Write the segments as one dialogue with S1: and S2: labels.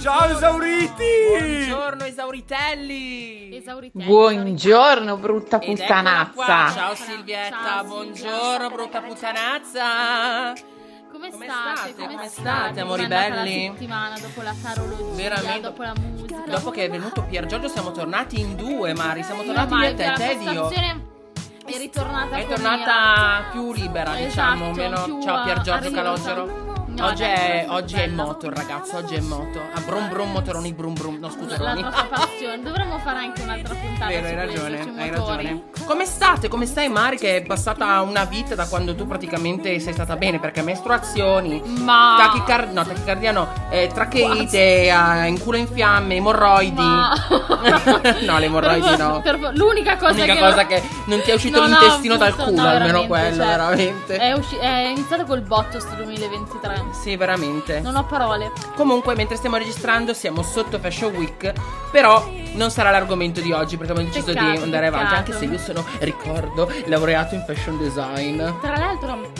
S1: Ciao esauriti!
S2: Buongiorno Esauritelli!
S3: Esauritelli.
S4: Buongiorno brutta
S2: Ed eccola qua.
S4: puttanazza.
S2: Ciao Silvietta,
S3: Ciao, Silvia.
S2: buongiorno brutta puttanazza!
S3: Come,
S2: Come
S3: state?
S2: state? Come
S3: Come
S2: state, amori
S3: Com'è andata
S2: belli?
S3: La settimana dopo la tarologia,
S2: Veramente.
S3: dopo la musica.
S2: Dopo che è venuto Pier Giorgio siamo tornati in due, Mari, siamo tornati io
S3: Ormai
S2: e te,
S3: la
S2: te ed io.
S3: postazione è ritornata
S2: È
S3: con
S2: tornata più libera,
S3: Esatto,
S2: diciamo, meno
S3: più
S2: Ciao Pier
S3: a-
S2: Giorgio
S3: arriva.
S2: Calogero.
S3: No,
S2: oggi,
S3: dai,
S2: è,
S3: è
S2: oggi è in
S3: bella.
S2: moto il ragazzo, oggi è in moto. A brum brum motoroni brum brum,
S3: mia-
S2: no
S3: la
S2: scuteroni.
S3: nostra passione. Dovremmo fare anche un'altra puntata
S2: Vero, hai
S3: su questo,
S2: ragione,
S3: sui
S2: hai
S3: motori.
S2: ragione. Come state? Come stai Mari che è passata una vita da quando tu praticamente sei stata bene perché mestruazioni,
S3: Ma
S2: tachicardia, no, tachicardia no, eh, tracheite, eh, in culo in fiamme, emorroidi.
S3: Ma-
S2: no, le emorroidi
S3: Per-
S2: no.
S3: per- l'unica cosa,
S2: L'unica
S3: che,
S2: cosa che non ti è uscito
S3: No, no,
S2: l'intestino dal
S3: appunto,
S2: culo,
S3: no, veramente,
S2: almeno quello,
S3: cioè,
S2: veramente.
S3: È, usci- è iniziato col botto sto 2023.
S2: Sì, veramente.
S3: Non ho parole.
S2: Comunque, mentre stiamo registrando, siamo sotto Fashion Week. Però non sarà l'argomento di oggi perché abbiamo deciso di
S3: Peccato,
S2: andare avanti.
S3: peccato.
S2: Anche se io sono, ricordo, laureato in fashion design.
S3: Tra l'altro,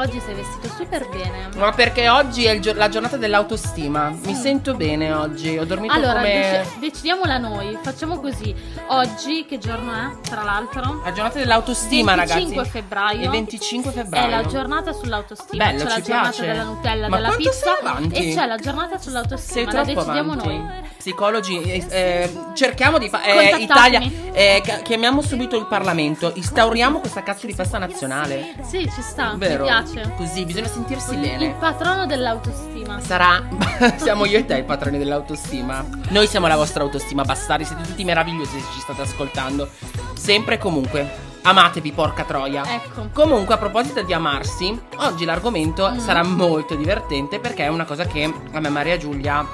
S3: oggi sei vestito super bene.
S2: Ma perché oggi è il gio- la giornata dell'autostima. Mi sento bene oggi. Ho dormito
S3: Allora,
S2: come.
S3: dec- decidiamola noi, facciamo così. Oggi, che giorno è? Tra l'altro,
S2: La giornata dell'autostima,
S3: 25
S2: ragazzi.
S3: febbraio.
S2: Il 25 febbraio.
S3: è la giornata sull'autostima.
S2: Bello,
S3: c'è la
S2: ci
S3: giornata
S2: piace.
S3: della Nutella,
S2: Ma
S3: della
S2: quanto
S3: pizza.
S2: sei avanti?
S3: E c'è la giornata
S2: Sei
S3: sull'autostima. La
S2: troppo
S3: decidiamo
S2: avanti.
S3: noi.
S2: Psicologi, eh, eh, cerchiamo di fare.
S3: Contattatemi.
S2: Italia, eh, ca- chiamiamo subito il Parlamento. Instauriamo questa cazzo di festa nazionale.
S3: Sì, ci sta,
S2: Vero?
S3: mi Ah, piace.
S2: Così bisogna sentirsi
S3: Il
S2: bene.
S3: patrono dell'autostima.
S2: Sarà. siamo io e te i patroni dell'autostima. Noi siamo la vostra autostima, bastardi. Siete tutti meravigliosi se ci state ascoltando. Sempre e comunque. Amatevi, porca troia.
S3: Ecco.
S2: Comunque, a proposito di amarsi, oggi l'argomento
S3: Mm.
S2: sarà molto divertente perché è una cosa che a me e Maria Giulia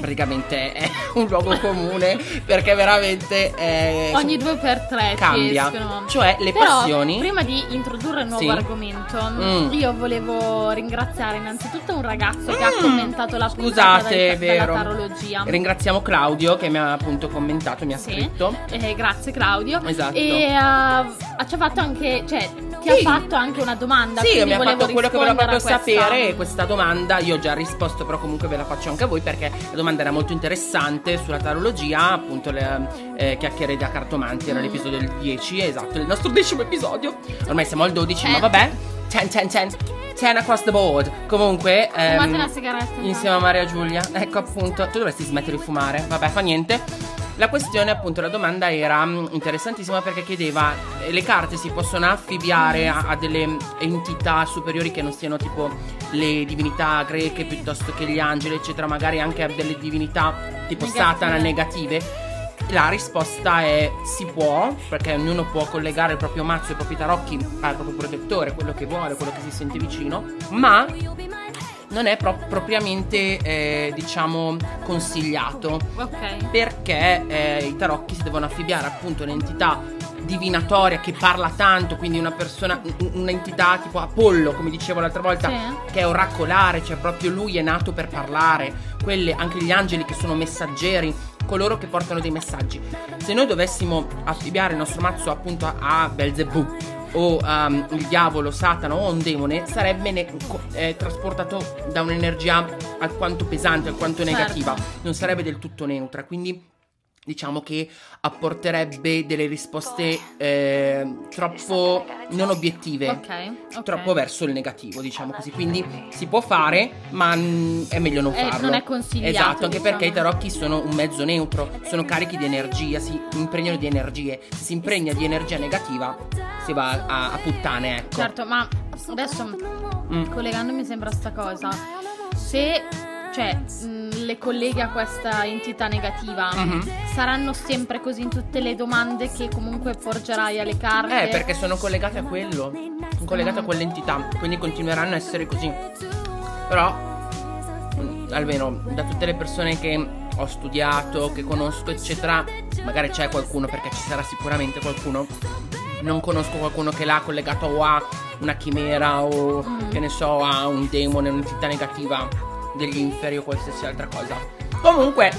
S2: praticamente è un luogo comune perché veramente è...
S3: Ogni due per tre ci
S2: cambia.
S3: escono.
S2: Cioè, le
S3: Però,
S2: passioni...
S3: Prima di introdurre il nuovo
S2: Sì.
S3: argomento,
S2: Mm.
S3: io volevo ringraziare innanzitutto un ragazzo che ha
S2: Mm.
S3: commentato la puntata
S2: Scusate, è
S3: del- della
S2: vero.
S3: tarologia.
S2: Ringraziamo Claudio che mi ha appunto commentato, mi ha
S3: Sì.
S2: scritto.
S3: Eh, grazie Claudio.
S2: Esatto.
S3: E eh, ci ha fatto anche, cioè, ti ha
S2: Sì.
S3: fatto anche una domanda.
S2: Sì,
S3: quindi
S2: mi ha
S3: volevo
S2: fatto quello che volevo
S3: rispondere
S2: proprio
S3: a questa-
S2: sapere e questa domanda. Io ho già risposto, però comunque ve la faccio anche a voi perché la domanda era molto interessante sulla tarologia, appunto le eh, chiacchiere da cartomanti, era
S3: Mm.
S2: l'episodio del 10, esatto, il nostro decimo episodio. Ormai siamo al 12, ma
S3: Cen.
S2: vabbè. 10, 10, 10. 10 across the board. Comunque,
S3: Fumate
S2: ehm,
S3: una sigaretta. intanto.
S2: insieme a Maria Giulia, ecco appunto, tu dovresti smettere di fumare, vabbè, fa niente. La questione, appunto, la domanda era mh, interessantissima perché chiedeva eh, le carte si possono affibbiare a, a delle entità superiori che non siano tipo le divinità greche piuttosto che gli angeli, eccetera, magari anche a delle divinità tipo
S3: Negative.
S2: Satana negative. La risposta è si può, perché ognuno può collegare il proprio mazzo, i propri tarocchi al proprio protettore, quello che vuole, quello che si sente vicino, ma non è pro- propriamente, eh, diciamo, consigliato
S3: Ok.
S2: perché eh, i tarocchi si devono affibbiare appunto a un'entità divinatoria che parla tanto, quindi una persona, un- un'entità tipo Apollo, come dicevo l'altra volta,
S3: Sì.
S2: che è oracolare, cioè proprio lui è nato per parlare, Quelle- anche gli angeli che sono messaggeri, coloro che portano dei messaggi. Se noi dovessimo affibbiare il nostro mazzo appunto a, a Belzebù o ehm, il diavolo, Satana o un demone, sarebbe ne- co- eh, trasportato da un'energia alquanto pesante, alquanto
S3: Certo.
S2: negativa, non sarebbe del tutto neutra, quindi diciamo che apporterebbe delle risposte eh, troppo non obiettive.
S3: Certo. Ok. ok. Ah,
S2: Troppo verso il negativo, diciamo così. Quindi si può fare, ma mm, è meglio non
S3: Eh,
S2: farlo.
S3: non è consigliato,
S2: Esatto, anche
S3: diciamo.
S2: perché i tarocchi sono un mezzo neutro, sono carichi di energia, si impregnano di energie. Se si impregna di energia negativa, si va a, a puttane, ecco.
S3: Certo, ma adesso
S2: Mm.
S3: collegandomi sempre a sta cosa, se cioè, mh, le colleghi a questa entità negativa
S2: Mhm.
S3: saranno sempre così in tutte le domande che comunque porgerai alle carte.
S2: Eh, perché sono collegate a quello. Sono collegate a quell'entità. Quindi continueranno a essere così. Però, mm, almeno da tutte le persone che ho studiato, che conosco, eccetera, magari c'è qualcuno, perché ci sarà sicuramente qualcuno. Non conosco qualcuno che l'ha collegato a una chimera o
S3: Mm.
S2: che ne so, a un demone, un'entità negativa degli inferi o qualsiasi altra cosa. Comunque,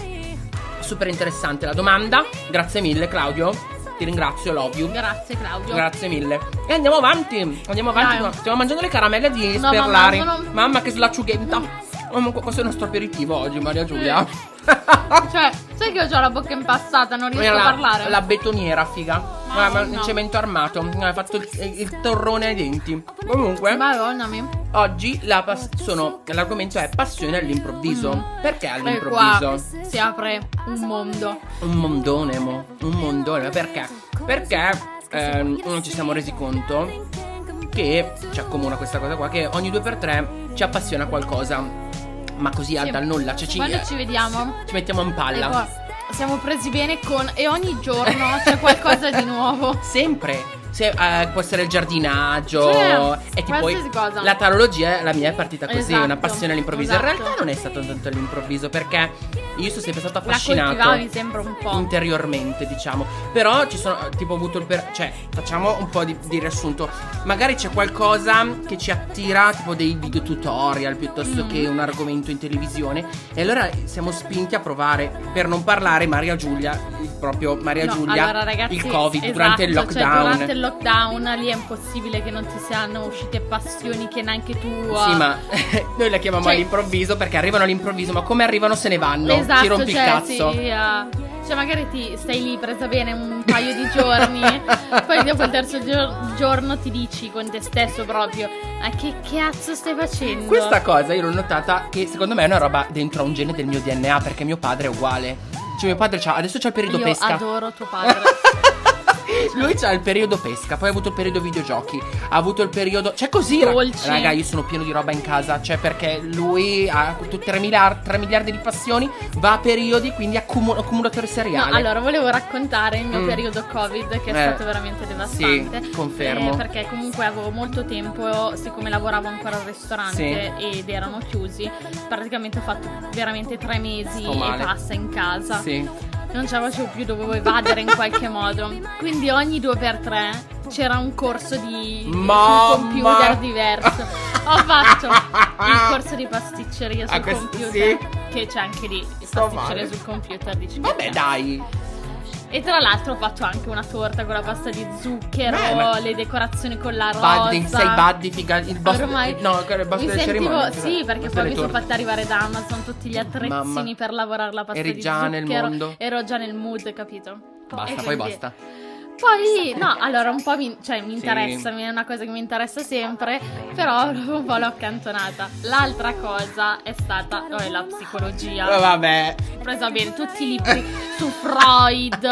S2: super interessante la domanda. Grazie mille, Claudio. Ti ringrazio, love you.
S3: Grazie Claudio.
S2: Grazie mille. E andiamo avanti. Andiamo avanti.
S3: Dai.
S2: Stiamo mangiando le caramelle di
S3: No,
S2: Sperlari.
S3: mamma, sono-
S2: Mamma che slacciughetta. Comunque, questo è il nostro aperitivo oggi, Maria Giulia.
S3: Cioè, sai che ho già la bocca impassata, non riesco
S2: Era
S3: a
S2: la,
S3: parlare.
S2: la betoniera, figa.
S3: Ma
S2: Ah, ma
S3: no.
S2: Il cemento armato. Ha fatto il, il torrone ai denti. Comunque.
S3: Madonna mia.
S2: Oggi la pas- sono- l'argomento è passione all'improvviso. Perché
S3: E
S2: all'improvviso?
S3: Mm. Eh, qua si apre un mondo.
S2: Un mondone, mo. Un mondone. ma Perché? Perché ehm, non ci siamo resi conto che ci accomuna questa cosa qua, che ogni 2x3 ci appassiona qualcosa. Ma così
S3: Sì.
S2: al dal nulla. Cioè, ci,
S3: Quando ci vediamo?
S2: ci mettiamo in
S3: E
S2: palla.
S3: qua siamo presi bene con. E ogni giorno c'è qualcosa di nuovo.
S2: Sempre. Se, eh, può essere il giardinaggio.
S3: Cioè,
S2: è tipo
S3: qualsiasi cosa.
S2: la tarologia, eh, la mia è partita così,
S3: Esatto,
S2: una passione all'improvviso. In
S3: esatto.
S2: realtà non è stato tanto all'improvviso, perché io sono sempre stato
S3: La
S2: affascinato.
S3: coltivavi sempre un po'.
S2: interiormente, diciamo. Però ci sono tipo ho avuto il per- cioè, facciamo un po' di, di riassunto. Magari c'è qualcosa che ci attira, tipo dei video tutorial piuttosto
S3: Mm.
S2: che un argomento in televisione e allora siamo spinti a provare per non parlare Maria Giulia, il proprio Maria
S3: No,
S2: Giulia,
S3: allora, ragazzi,
S2: il Covid
S3: esatto,
S2: durante il lockdown.
S3: Cioè, durante il lockdown lì è impossibile che non ti siano uscite passioni che neanche tu.
S2: Sì, ma noi la chiamiamo
S3: Cioè-
S2: all'improvviso perché arrivano all'improvviso, ma come arrivano se ne vanno?
S3: esatto,
S2: Ci rompi
S3: cioè,
S2: il cazzo.
S3: sì, eh, cioè, magari ti stai lì presa bene un paio di giorni, poi dopo il terzo gior- giorno ti dici con te stesso proprio: Ma che cazzo stai facendo?
S2: Questa cosa io l'ho notata che secondo me è una roba dentro a un gene del mio DNA perché mio padre è uguale. Cioè mio padre c'ha, adesso c'ha il periodo
S3: Io
S2: pesca.
S3: adoro tuo padre.
S2: Lui c'ha il periodo pesca, poi ha avuto il periodo videogiochi, ha avuto il periodo... Cioè così... ra-
S3: Dolci.
S2: Raga, io sono pieno di roba in casa, cioè perché lui ha tut- 3 miliardi, 3 miliardi di passioni, va a periodi, quindi accumu- accumulatore
S3: No,
S2: seriale.
S3: allora, volevo raccontare il mio
S2: Mm.
S3: periodo Covid che è
S2: Eh,
S3: stato veramente devastante.
S2: sì, confermo.
S3: Eh, perché comunque avevo molto tempo, siccome lavoravo ancora al ristorante ed erano chiusi, praticamente ho fatto veramente tre mesi
S2: Sto
S3: e
S2: male.
S3: passa in casa.
S2: Sì.
S3: Non ce la facevo più, dovevo evadere in qualche modo. Quindi ogni due per tre c'era un corso di su un
S2: Mamma.
S3: computer diverso. Ho fatto il corso di pasticceria sul
S2: Ah, questo
S3: computer.
S2: sì.
S3: Che c'è anche lì,
S2: Sto
S3: pasticceria
S2: male.
S3: sul computer. Dici,
S2: Vabbè
S3: "Cazzo".
S2: dai.
S3: E tra l'altro ho fatto anche una torta con la pasta di zucchero,
S2: Beh, ma-
S3: le decorazioni con la rosa.
S2: Buddy, sei Buddy, figa, Cioè, il boss...
S3: Ormai
S2: no, il boss
S3: mi
S2: delle
S3: sentivo,
S2: cerimonie,
S3: sì, perché
S2: boss
S3: poi
S2: delle
S3: mi sono
S2: torte.
S3: fatta arrivare da Amazon tutti gli attrezzini
S2: Mamma.
S3: per lavorare la pasta
S2: Eri
S3: di
S2: già
S3: zucchero.
S2: nel mondo.
S3: Ero già nel mood, capito?
S2: Basta,
S3: E
S2: poi
S3: quindi-
S2: basta.
S3: Poi, no, allora un po' mi, cioè, mi
S2: Sì.
S3: interessa, mi- è una cosa che mi interessa sempre, però un po' l'ho accantonata. L'altra cosa è stata oh, è la psicologia
S2: Eh, vabbè.
S3: ho preso bene tutti i libri su Freud,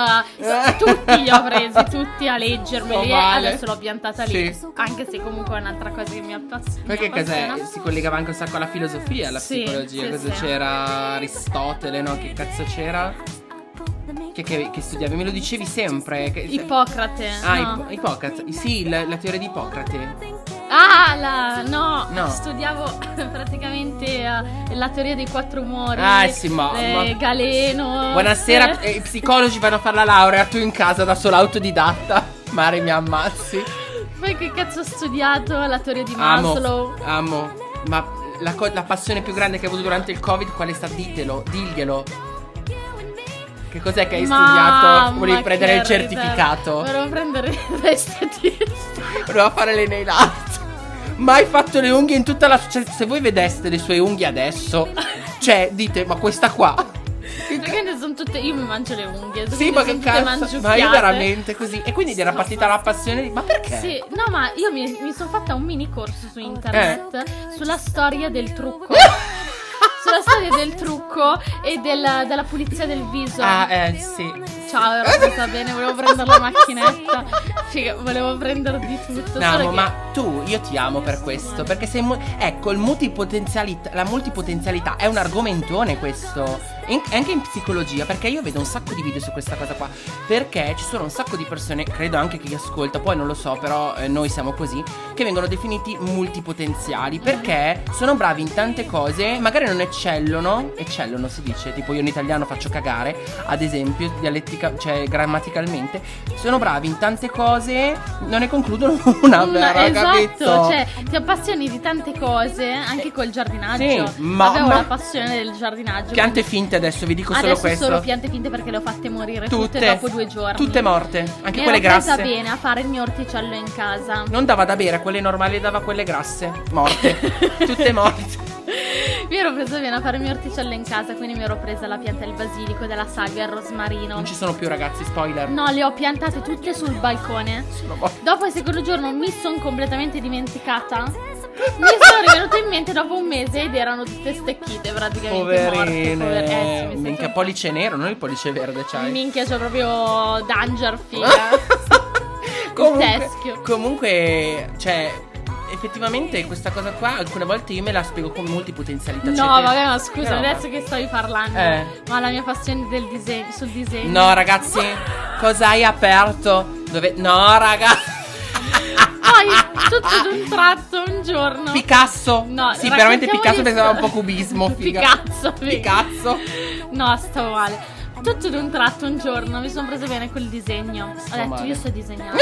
S3: tutti li ho presi, tutti a leggermeli.
S2: Sto male.
S3: Adesso l'ho piantata lì.
S2: Sì.
S3: Anche se comunque è un'altra cosa che mi appassiona.
S2: Perché cos'è? Si collegava anche un sacco alla filosofia, alla
S3: Sì,
S2: psicologia.
S3: sì,
S2: cosa
S3: sì.
S2: c'era? Aristotele, no? Che cazzo c'era? Che, che- che studiavi? Me lo dicevi sempre. Che-
S3: Ippocrate.
S2: Ah,
S3: no.
S2: Ippo- Ippocrate. Sì, la, la teoria di Ippocrate.
S3: Ah, la- no.
S2: No.
S3: Studiavo praticamente eh, la teoria dei quattro umori.
S2: Ah, sì, ma-
S3: eh,
S2: ma-
S3: Galeno.
S2: Buonasera,
S3: eh,
S2: eh, i psicologi vanno a fare la laurea, tu in casa da sola autodidatta. Mari mi ammazzi.
S3: Poi che cazzo ho studiato? La teoria di
S2: eh. Amo.
S3: Maslow.
S2: Amo. Ma la, co- la passione più grande che hai avuto durante il Covid, qual è stata? Ditelo, diglielo. Che cos'è che hai studiato?
S3: Mamma,
S2: Volevi prendere
S3: che
S2: il
S3: ridere.
S2: certificato.
S3: Volevo prendere il estetista.
S2: Doveva fare le nail art. Mai fatto le unghie in tutta la. cioè, se voi vedeste le sue unghie adesso, cioè, dite, ma questa qua.
S3: Perché sono tutte. Io mi mangio le unghie.
S2: Sì,
S3: quindi
S2: ma
S3: sono
S2: che
S3: tutte
S2: cazzo. Ma
S3: mangiucchiate.
S2: io veramente così. E quindi gli era
S3: Sto
S2: partita la passione di. Ma perché?
S3: Sì, no, ma io mi, mi sono fatta un mini corso su internet
S2: Eh.
S3: sulla storia del trucco. sulla storia del trucco e del- della pulizia del viso.
S2: Ah, eh, sì.
S3: Ciao, ero andata bene, volevo prendere la macchinetta. Figa, volevo prendere di tutto.
S2: No,
S3: solo che-
S2: ma tu, io ti amo per questo. Perché sei. mu- ecco, il multipotenzialità, la multipotenzialità è un argomentone questo. In- anche in psicologia, perché io vedo un sacco di video su questa cosa qua. Perché ci sono un sacco di persone, credo anche chi ascolta, poi non lo so, però eh, noi siamo così, che vengono definiti multipotenziali. Perché sono bravi in tante cose, magari non eccellono. Eccellono si dice, tipo io in italiano faccio cagare, ad esempio, dialettica, cioè grammaticalmente. Sono bravi in tante cose, non ne concludono una,
S3: Mm,
S2: però,
S3: esatto,
S2: capito?
S3: cioè ti appassioni di tante cose, anche col giardinaggio.
S2: Sì, ma-
S3: Avevo
S2: ma-
S3: la passione del giardinaggio.
S2: Piante finte adesso, vi dico Ecco, solo
S3: Adesso
S2: questo.
S3: solo piante finte perché le ho fatte morire tutte, dopo due giorni.
S2: Tutte morte, anche
S3: Mi
S2: quelle
S3: ero presa
S2: grasse.
S3: bene a fare il mio orticello in casa.
S2: Non dava da bere a quelle normali, dava a quelle grasse. Morte. tutte morte.
S3: Io ero presa bene a fare il mio orticello in casa, quindi mi ero presa la pianta del basilico, della salvia, il rosmarino.
S2: Non ci sono più ragazzi, spoiler.
S3: No, le ho piantate tutte sul balcone.
S2: Sono morti.
S3: Dopo il secondo giorno mi sono completamente dimenticata. Mi sono rivenuta in mente dopo un mese ed erano tutte stecchite praticamente. morte, pover- eh, sì,
S2: Poverine.
S3: mi sa
S2: Minchia,
S3: che-
S2: pollice nero, non il pollice verde, cioè. c'hai.
S3: Minchia, c'ho proprio danger, figa.
S2: comunque,
S3: teschio.
S2: comunque, cioè, effettivamente questa cosa qua alcune volte io me la spiego con multipotenzialità.
S3: No,
S2: Cioè, te-
S3: vabbè, ma scusa,
S2: Però-
S3: adesso che stavi parlando,
S2: Eh.
S3: ma la mia passione del disegno, sul disegno.
S2: No, ragazzi, cosa hai aperto? Dove... No, raga.
S3: Poi,
S2: Ah,
S3: tutto ad un tratto, un giorno.
S2: Picasso.
S3: No,
S2: sì, veramente
S3: raccontiamo
S2: Picasso
S3: di-
S2: pensava un po' cubismo. Figa.
S3: Picasso, figa.
S2: Picasso.
S3: No, stavo male. Tutto ad un tratto, un giorno, mi sono presa bene quel disegno. Ho detto,
S2: male.
S3: io so disegnare.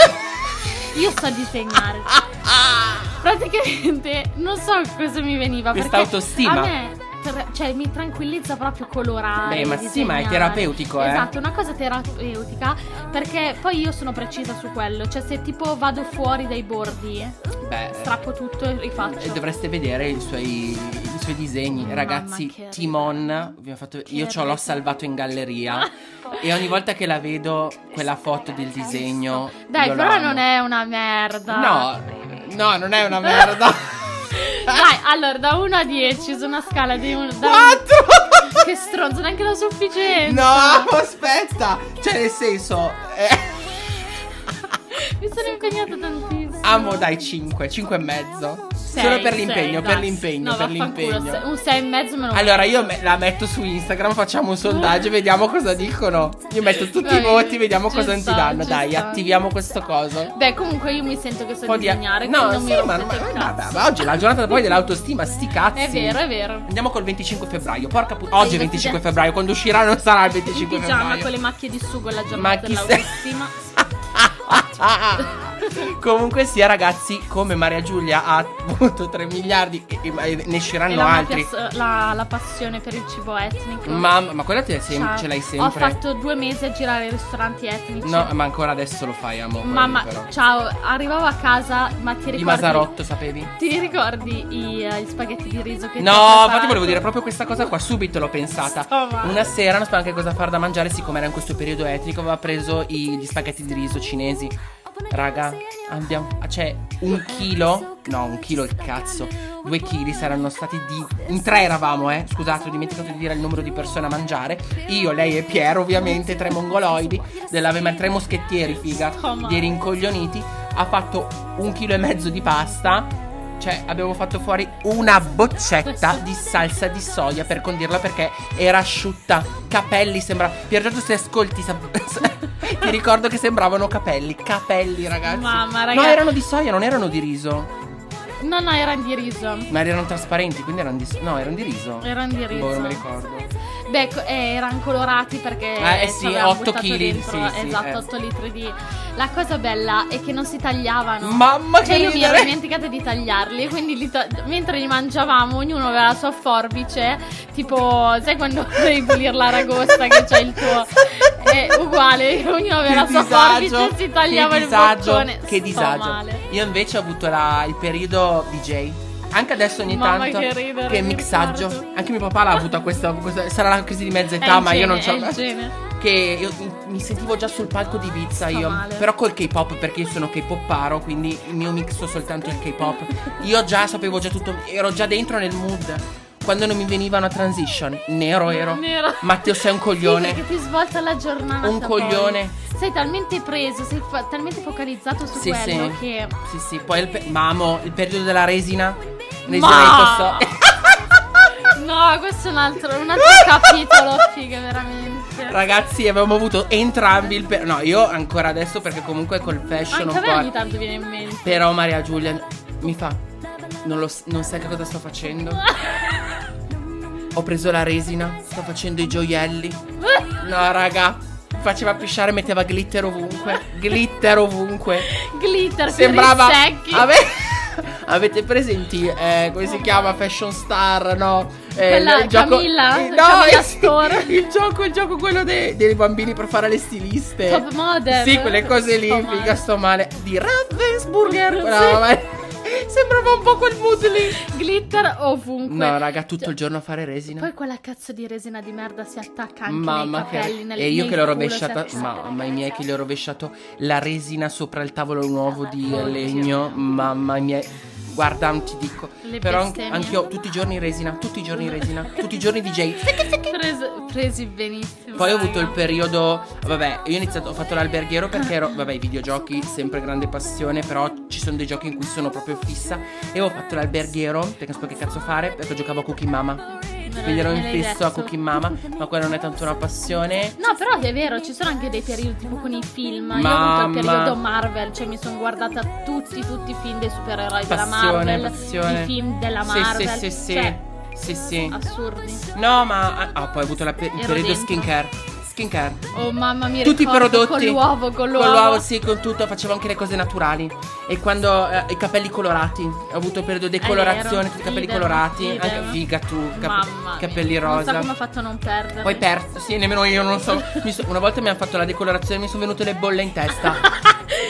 S3: io so disegnare. Praticamente, non so cosa mi veniva.
S2: Questa
S3: perché
S2: autostima.
S3: A me, tra- cioè, mi tranquillizza proprio colorare.
S2: Beh, ma sì, ma è
S3: disegnare.
S2: terapeutico, eh.
S3: Esatto, una cosa terapeutica. Perché poi io sono precisa su quello. Cioè, se tipo vado fuori dai bordi,
S2: Beh,
S3: strappo tutto e rifaccio.
S2: E dovreste vedere i suoi, i suoi disegni,
S3: Mamma,
S2: ragazzi.
S3: che-
S2: Timon, vi ho fatto- io ce l'ho
S3: bello.
S2: salvato in galleria.
S3: Ah,
S2: e ogni volta che la vedo, quella foto del disegno.
S3: Dai,
S2: io lo
S3: però
S2: amo.
S3: non è una merda.
S2: Eh, No, no, non è una merda.
S3: Dai, allora, da 1 a 10 su una scala di 1
S2: Quattro!
S3: Che stronzo, neanche la sufficienza.
S2: No, aspetta, cioè, nel senso. eh,
S3: Mi sono impegnata tantissimo.
S2: Amo dai 5, 5 e mezzo.
S3: Sei,
S2: Solo per
S3: sei,
S2: l'impegno,
S3: dai.
S2: per l'impegno,
S3: No,
S2: per
S3: vaffanculo,
S2: l'impegno.
S3: se- Un 6 e mezzo me lo
S2: Allora io me- la metto su Instagram, facciamo un sondaggio, vediamo cosa dicono. Io metto tutti i voti, vediamo
S3: Ci
S2: cosa
S3: sta,
S2: ti danno.
S3: ci
S2: Dai,
S3: sta.
S2: attiviamo questo coso.
S3: Beh, comunque io mi sento che so
S2: po' di-
S3: disegnare,
S2: No,
S3: quindi non
S2: sì,
S3: mi rompo
S2: ma,
S3: il
S2: ma-
S3: cazzo.
S2: ma- ma- ma oggi è la giornata poi dell'autostima, sti cazzi.
S3: È vero, è vero.
S2: Andiamo col 25 febbraio. Porca puttana. Oggi è
S3: Sì,
S2: 25
S3: perché-
S2: febbraio, quando uscirà non sarà il
S3: In
S2: 25
S3: pigiama
S2: febbraio.
S3: con le macchie di sugo la
S2: Ma
S3: giornata
S2: chi
S3: dell'autostima.
S2: se... Comunque sia ragazzi, come Maria Giulia ha avuto 3 miliardi e, e- e ne
S3: E
S2: usciranno
S3: la,
S2: altri.
S3: mafia- la- la passione per il cibo etnico.
S2: Mamma, ma quella te l'hai sem-
S3: Ciao.
S2: ce l'hai sempre.
S3: Ho fatto due mesi a girare i ristoranti etnici.
S2: No, ma ancora adesso lo fai, amore.
S3: Mamma,
S2: però.
S3: ciao, arrivavo a casa, ma ti ricordi
S2: Di Masarotto, sapevi?
S3: Ti ricordi i, eh, gli spaghetti di riso che ti ho Oh,
S2: No, infatti
S3: preparato?
S2: volevo dire proprio questa cosa qua, subito l'ho pensata.
S3: Sto male.
S2: Una sera non sapevo anche cosa far da mangiare, siccome era in questo periodo etnico, aveva preso i- gli spaghetti di riso cinesi. Raga, abbiamo. Cioè, un chilo. No, un chilo il cazzo. Due chili saranno stati di. In tre eravamo, eh. Scusate, ho dimenticato di dire il numero di persone a mangiare. Io, lei e Piero, ovviamente, tre mongoloidi. Dell'Ave Maria- tre moschettieri, figa.
S3: Sto male.
S2: Dei rincoglioniti. Ha fatto un chilo e mezzo di pasta. Cioè, abbiamo fatto fuori una boccetta di salsa di soia per condirla perché era asciutta. Capelli sembra. Piergiorgio, se ascolti, sa- ti ricordo che sembravano capelli. Capelli, ragazzi.
S3: Mamma,
S2: No,
S3: ragazzi.
S2: erano di soia, non erano di riso.
S3: No, no, erano di riso.
S2: Ma erano trasparenti, quindi erano di. No, erano di riso.
S3: Erano di riso.
S2: Boh, non mi ricordo.
S3: Beh, co- eh, erano colorati perché
S2: Ah, eh
S3: ci
S2: sì,
S3: avevano
S2: otto
S3: buttato
S2: chili,
S3: dentro,
S2: sì, sì,
S3: esatto,
S2: eh.
S3: 8 litri di. La cosa bella è che non si tagliavano.
S2: Mamma che
S3: cioè, io mi ero
S2: ridere.
S3: dimenticata di tagliarli, quindi li to- mentre li mangiavamo, ognuno aveva la sua forbice. Tipo, sai quando devi pulire l'aragosta che c'è il tuo. È uguale, ognuno
S2: Che
S3: aveva la sua
S2: disagio,
S3: forbice e si tagliava
S2: che
S3: il
S2: disagio,
S3: bottone.
S2: Che
S3: Sto
S2: disagio.
S3: male.
S2: Io invece ho avuto la- il periodo DJ. Anche adesso ogni
S3: Mamma,
S2: tanto
S3: che ridere, mi
S2: mixaggio.
S3: ricordo.
S2: Anche mio papà l'ha avuta questa, questa- sarà la crisi di mezza
S3: È
S2: età,
S3: il
S2: ma io non
S3: gene, è il
S2: c'ho
S3: gene.
S2: che io mi- mi sentivo già sul palco di Ibiza
S3: Fa
S2: io.
S3: male.
S2: Però col K-pop perché io sono K-poparo, quindi il mio mixo soltanto il K-pop. Io già sapevo già tutto, ero già dentro nel mood. Quando non mi veniva una transition, nero ero.
S3: Nero.
S2: Matteo sei un coglione.
S3: Sì, perché ti svolta la giornata.
S2: Un
S3: poi.
S2: coglione.
S3: Sei talmente preso, sei fa- talmente focalizzato su
S2: Sì,
S3: quello
S2: sì.
S3: che.
S2: Sì, sì, poi il pe- mamo, il periodo della resina. Resina
S3: Ma-
S2: di posso-
S3: No, questo è un altro, un altro capitolo, figa, veramente.
S2: Ragazzi, abbiamo avuto entrambi il per- No, io ancora adesso perché comunque col fashion
S3: Anche a
S2: un
S3: me
S2: po'.
S3: ogni tanto viene in mente.
S2: Però Maria Giulia mi fa non, lo s- non sai che cosa sto facendo? Ho preso la resina, sto facendo i gioielli. No, raga, faceva pisciare, metteva glitter ovunque. Glitter ovunque.
S3: Glitter
S2: Sembrava.
S3: per i secchi.
S2: Ave- avete presenti, eh, come si chiama? Fashion Star, no? Eh,
S3: Quella
S2: il gioco-
S3: Camilla?
S2: eh, no,
S3: Camilla
S2: eh, sì,
S3: Store?
S2: Il gioco, il gioco quello dei, dei bambini per fare le stiliste.
S3: Top model.
S2: Sì, quelle cose lì,
S3: Sto
S2: figa,
S3: male.
S2: sto male. Di Ravensburger.
S3: Sì.
S2: Brava. Sembrava un po' quel mood lì.
S3: Glitter ovunque.
S2: No, raga, tutto
S3: cioè
S2: il giorno a fare resina.
S3: Poi quella cazzo di resina di merda si attacca anche
S2: Mamma
S3: nei capelli,
S2: che...
S3: nel-
S2: E io
S3: nel
S2: che l'ho
S3: culo, cioè,
S2: rovesciata
S3: si attacca.
S2: Mamma mia che le ho rovesciato La resina sopra il tavolo nuovo di legno Mamma mia Guarda non ti dico
S3: Le
S2: Però anche
S3: bestemmie.
S2: anch'io tutti i giorni resina Tutti i giorni resina Tutti i giorni DJ
S3: Pres- presi benissimo.
S2: Poi ho
S3: raga.
S2: avuto il periodo Vabbè io ho iniziato Ho fatto l'alberghiero perché ero Vabbè i videogiochi Sempre grande passione Però ci sono dei giochi in cui sono proprio fissa E ho fatto l'alberghiero Perché non so che cazzo fare Perché giocavo a Cookie Mama
S3: Me
S2: Quindi ero
S3: l'hai-
S2: in
S3: me l'hai
S2: fisso a
S3: detto.
S2: Cookie Mama Ma quella non è tanto una passione
S3: No, però è vero, ci sono anche dei periodi tipo con i film. Io ho avuto
S2: Mamma.
S3: il periodo Marvel, cioè mi sono guardata tutti, tutti i film dei supereroi della
S2: passione,
S3: Marvel,
S2: passione.
S3: i film della
S2: Sì,
S3: Marvel.
S2: Sì, sì, sì.
S3: Cioè,
S2: sì, sì.
S3: assurdi.
S2: No, ma ah, poi ho avuto la pe- il
S3: Ero
S2: periodo
S3: dentro.
S2: skincare. Skincare.
S3: Oh mamma mia,
S2: Tutti i
S3: ricordo,
S2: prodotti
S3: con l'uovo, con l'uovo.
S2: sì, con tutto, facevo anche le cose naturali. E quando eh, i capelli colorati, ho avuto il periodo decolorazione,
S3: vero,
S2: tutti i capelli
S3: idem,
S2: colorati,
S3: idem.
S2: anche figa tu, cap-
S3: Mamma
S2: capelli
S3: mia.
S2: rosa.
S3: Non so come ho fatto a non perdermi.
S2: Poi perso, sì, nemmeno io non so. Mi so- Una volta mi hanno fatto la decolorazione e mi sono venute le bolle in testa.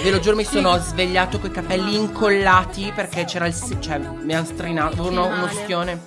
S2: Ve lo giuro, mi sono svegliato con i capelli incollati perché c'era il. se- cioè, mi hanno strinato, avevo
S3: Sì,
S2: uno,
S3: male.
S2: uno schione.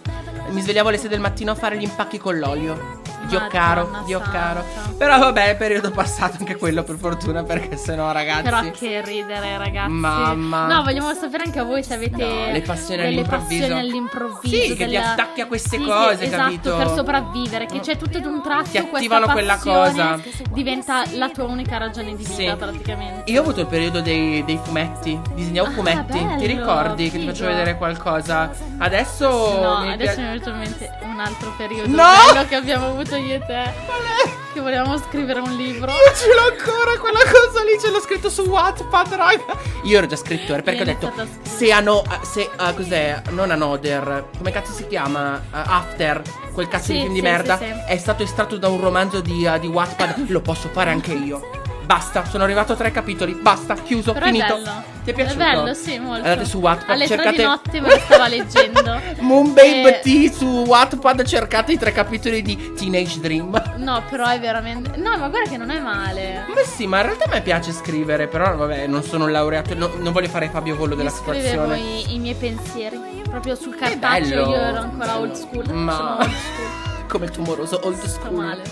S2: Mi svegliavo alle 6 del mattino a fare gli impacchi con l'olio. Dio
S3: Madonna
S2: caro, Dio
S3: santa.
S2: caro. Però vabbè, è periodo passato anche quello, per fortuna, perché
S3: Però
S2: sennò, ragazzi.
S3: che ridere, ragazzi.
S2: Mamma.
S3: No, vogliamo sapere anche a voi se avete
S2: No, le passioni
S3: delle
S2: all'improvviso.
S3: passioni all'improvviso.
S2: Sì, che ti
S3: della-
S2: attacchi a queste
S3: Sì, sì,
S2: cose,
S3: esatto,
S2: capito?
S3: per sopravvivere. Che c'è tutto ad un tratto.
S2: Ti
S3: questa
S2: attivano quella
S3: passione
S2: cosa.
S3: Diventa la tua unica ragione di vita,
S2: Sì.
S3: praticamente.
S2: Io ho avuto il periodo dei, dei fumetti, disegnavo
S3: Ah,
S2: fumetti,
S3: bello,
S2: ti ricordi che ti
S3: figo.
S2: faccio vedere qualcosa? Adesso...
S3: No,
S2: mi
S3: adesso
S2: pia-
S3: mi è venuto in mente un altro periodo
S2: No!
S3: bello che abbiamo avuto io e te. Che volevamo scrivere un libro.
S2: Io ce l'ho ancora quella cosa lì, ce l'ho scritto su Wattpad, raga. Io ero già scrittore perché ho
S3: Vieni
S2: detto
S3: stata scritta.
S2: se hanno se ah, cos'è? Non Another, come cazzo si chiama? Ah, after, quel cazzo
S3: Sì,
S2: di film
S3: sì,
S2: di merda
S3: sì, sì.
S2: è stato estratto da un romanzo di ah, di Wattpad, lo posso fare anche io. Basta, sono arrivato a tre capitoli, basta, chiuso,
S3: Però è
S2: finito.
S3: bello.
S2: Ti è piaciuto?
S3: È bello, sì, molto.
S2: Andate su Wattpad,
S3: Alle tre
S2: cercate
S3: di notte me lo stava leggendo. Eh.
S2: Moonbabe
S3: E-
S2: T su Wattpad cercate i tre capitoli di Teenage Dream.
S3: No, però è veramente. No, ma guarda che non è male.
S2: Ma sì, ma in realtà a me piace scrivere, però vabbè, non sono un laureato, no- non voglio fare Fabio Volo della
S3: Io scrivevo
S2: situazione.
S3: i, i miei pensieri proprio sul
S2: Che
S3: cartaceo. Io
S2: bello.
S3: ero ancora old school.
S2: Ma-
S3: Sono old school.
S2: Come il tumoroso old
S3: Sto
S2: school.
S3: male.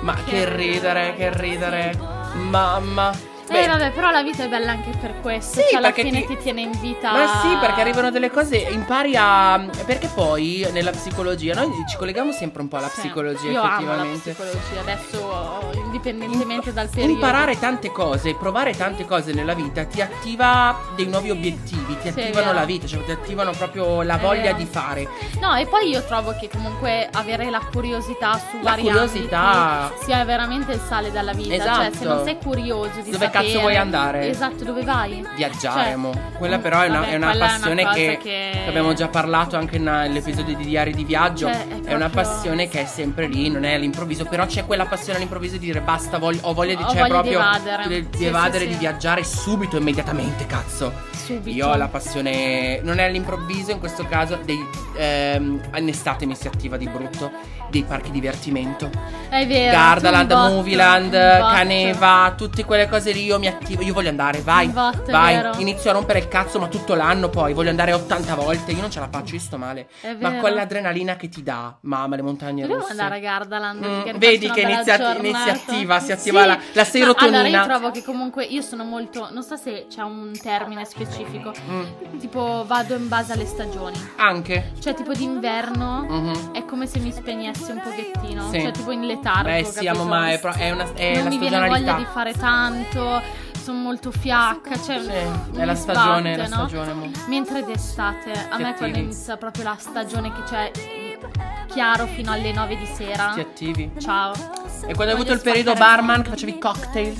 S2: Ma che, ridere, che ridere. Mamma.
S3: Eh
S2: Beh,
S3: vabbè, però la vita è bella anche per questo.
S2: Sì,
S3: cioè, alla
S2: perché
S3: fine ti...
S2: ti-
S3: tiene in vita.
S2: Ma sì, perché arrivano delle cose, impari a... Perché poi nella psicologia, noi ci colleghiamo sempre un po' alla
S3: Sì.
S2: psicologia
S3: Io amo la
S2: effettivamente.
S3: psicologia adesso, oh, indipendentemente dal periodo.
S2: Imparare tante cose, provare tante cose nella vita ti attiva dei nuovi obiettivi, ti
S3: Sì, è
S2: attivano
S3: vero.
S2: la vita, cioè ti attivano proprio la
S3: È
S2: voglia
S3: vero.
S2: di fare.
S3: No, e poi io trovo che comunque avere la curiosità su
S2: La
S3: vari
S2: curiosità.
S3: ambiti sia veramente il sale dalla vita. Cioè,
S2: Esatto.
S3: se non sei curioso di
S2: Dove
S3: sapere-
S2: cazzo vuoi andare?
S3: Esatto, dove vai?
S2: Viaggiare,
S3: Cioè,
S2: mo. quella però è una,
S3: vabbè,
S2: è una
S3: quella è una
S2: passione
S3: cosa
S2: che,
S3: che-
S2: abbiamo già parlato anche na- nell'episodio di Diari di Viaggio.
S3: Cioè, è
S2: è, una
S3: proprio-
S2: passione che è sempre lì, non è all'improvviso. Però c'è quella passione all'improvviso di dire basta, voglio- ho voglia di,
S3: Ho
S2: cioè,
S3: voglia di
S2: proprio
S3: evadere.
S2: di, di
S3: Sì,
S2: evadere,
S3: sì,
S2: di
S3: sì.
S2: viaggiare subito, immediatamente, cazzo.
S3: Subito.
S2: Io ho la passione, non è all'improvviso in questo caso, dei, ehm, in estate mi si attiva di brutto, dei parchi divertimento.
S3: È vero.
S2: Gardaland,
S3: Eh, un botto,
S2: Movieland,
S3: un botto.
S2: Caneva, tutte quelle cose lì io mi attivo, io voglio andare, vai,
S3: Un botto, è vero.
S2: vai, inizio a rompere il cazzo ma tutto l'anno poi, voglio andare 80 volte, io non ce la faccio, io sto male,
S3: È
S2: ma
S3: vero.
S2: quell'adrenalina che ti dà, mamma le montagne
S3: Dobbiamo
S2: russe.
S3: andare a Gardaland.
S2: Mm,
S3: perché
S2: vedi
S3: faccio
S2: che
S3: una bella
S2: inizia-
S3: giornata.
S2: inizia attiva, si attiva la- la
S3: No,
S2: serotonina.
S3: allora io trovo che comunque io sono molto. Non so se c'è un termine specifico.
S2: Mm,
S3: Tipo vado in base alle stagioni.
S2: anche,
S3: Cioè, tipo d'inverno
S2: Mhm.
S3: è come se mi spegnessi un pochettino.
S2: Sì.
S3: Cioè, tipo in letargo.
S2: beh siamo,
S3: capito?
S2: ma è, pro- è una, è
S3: non
S2: la
S3: mi viene voglia di
S2: stagionalità,
S3: fare tanto. Sono molto fiacca. Cioè,
S2: Sì,
S3: mi
S2: è la stagione, è
S3: sbatte,
S2: la
S3: no?
S2: stagione, mo.
S3: Mentre d'estate, a
S2: Ti
S3: me quando
S2: attivi.
S3: inizia proprio la stagione che c'è mm, chiaro fino alle 9 di sera.
S2: ti attivi.
S3: Ciao.
S2: E quando hai avuto
S3: Ah. Voglio
S2: il periodo
S3: spaccare-
S2: barman che facevi cocktail?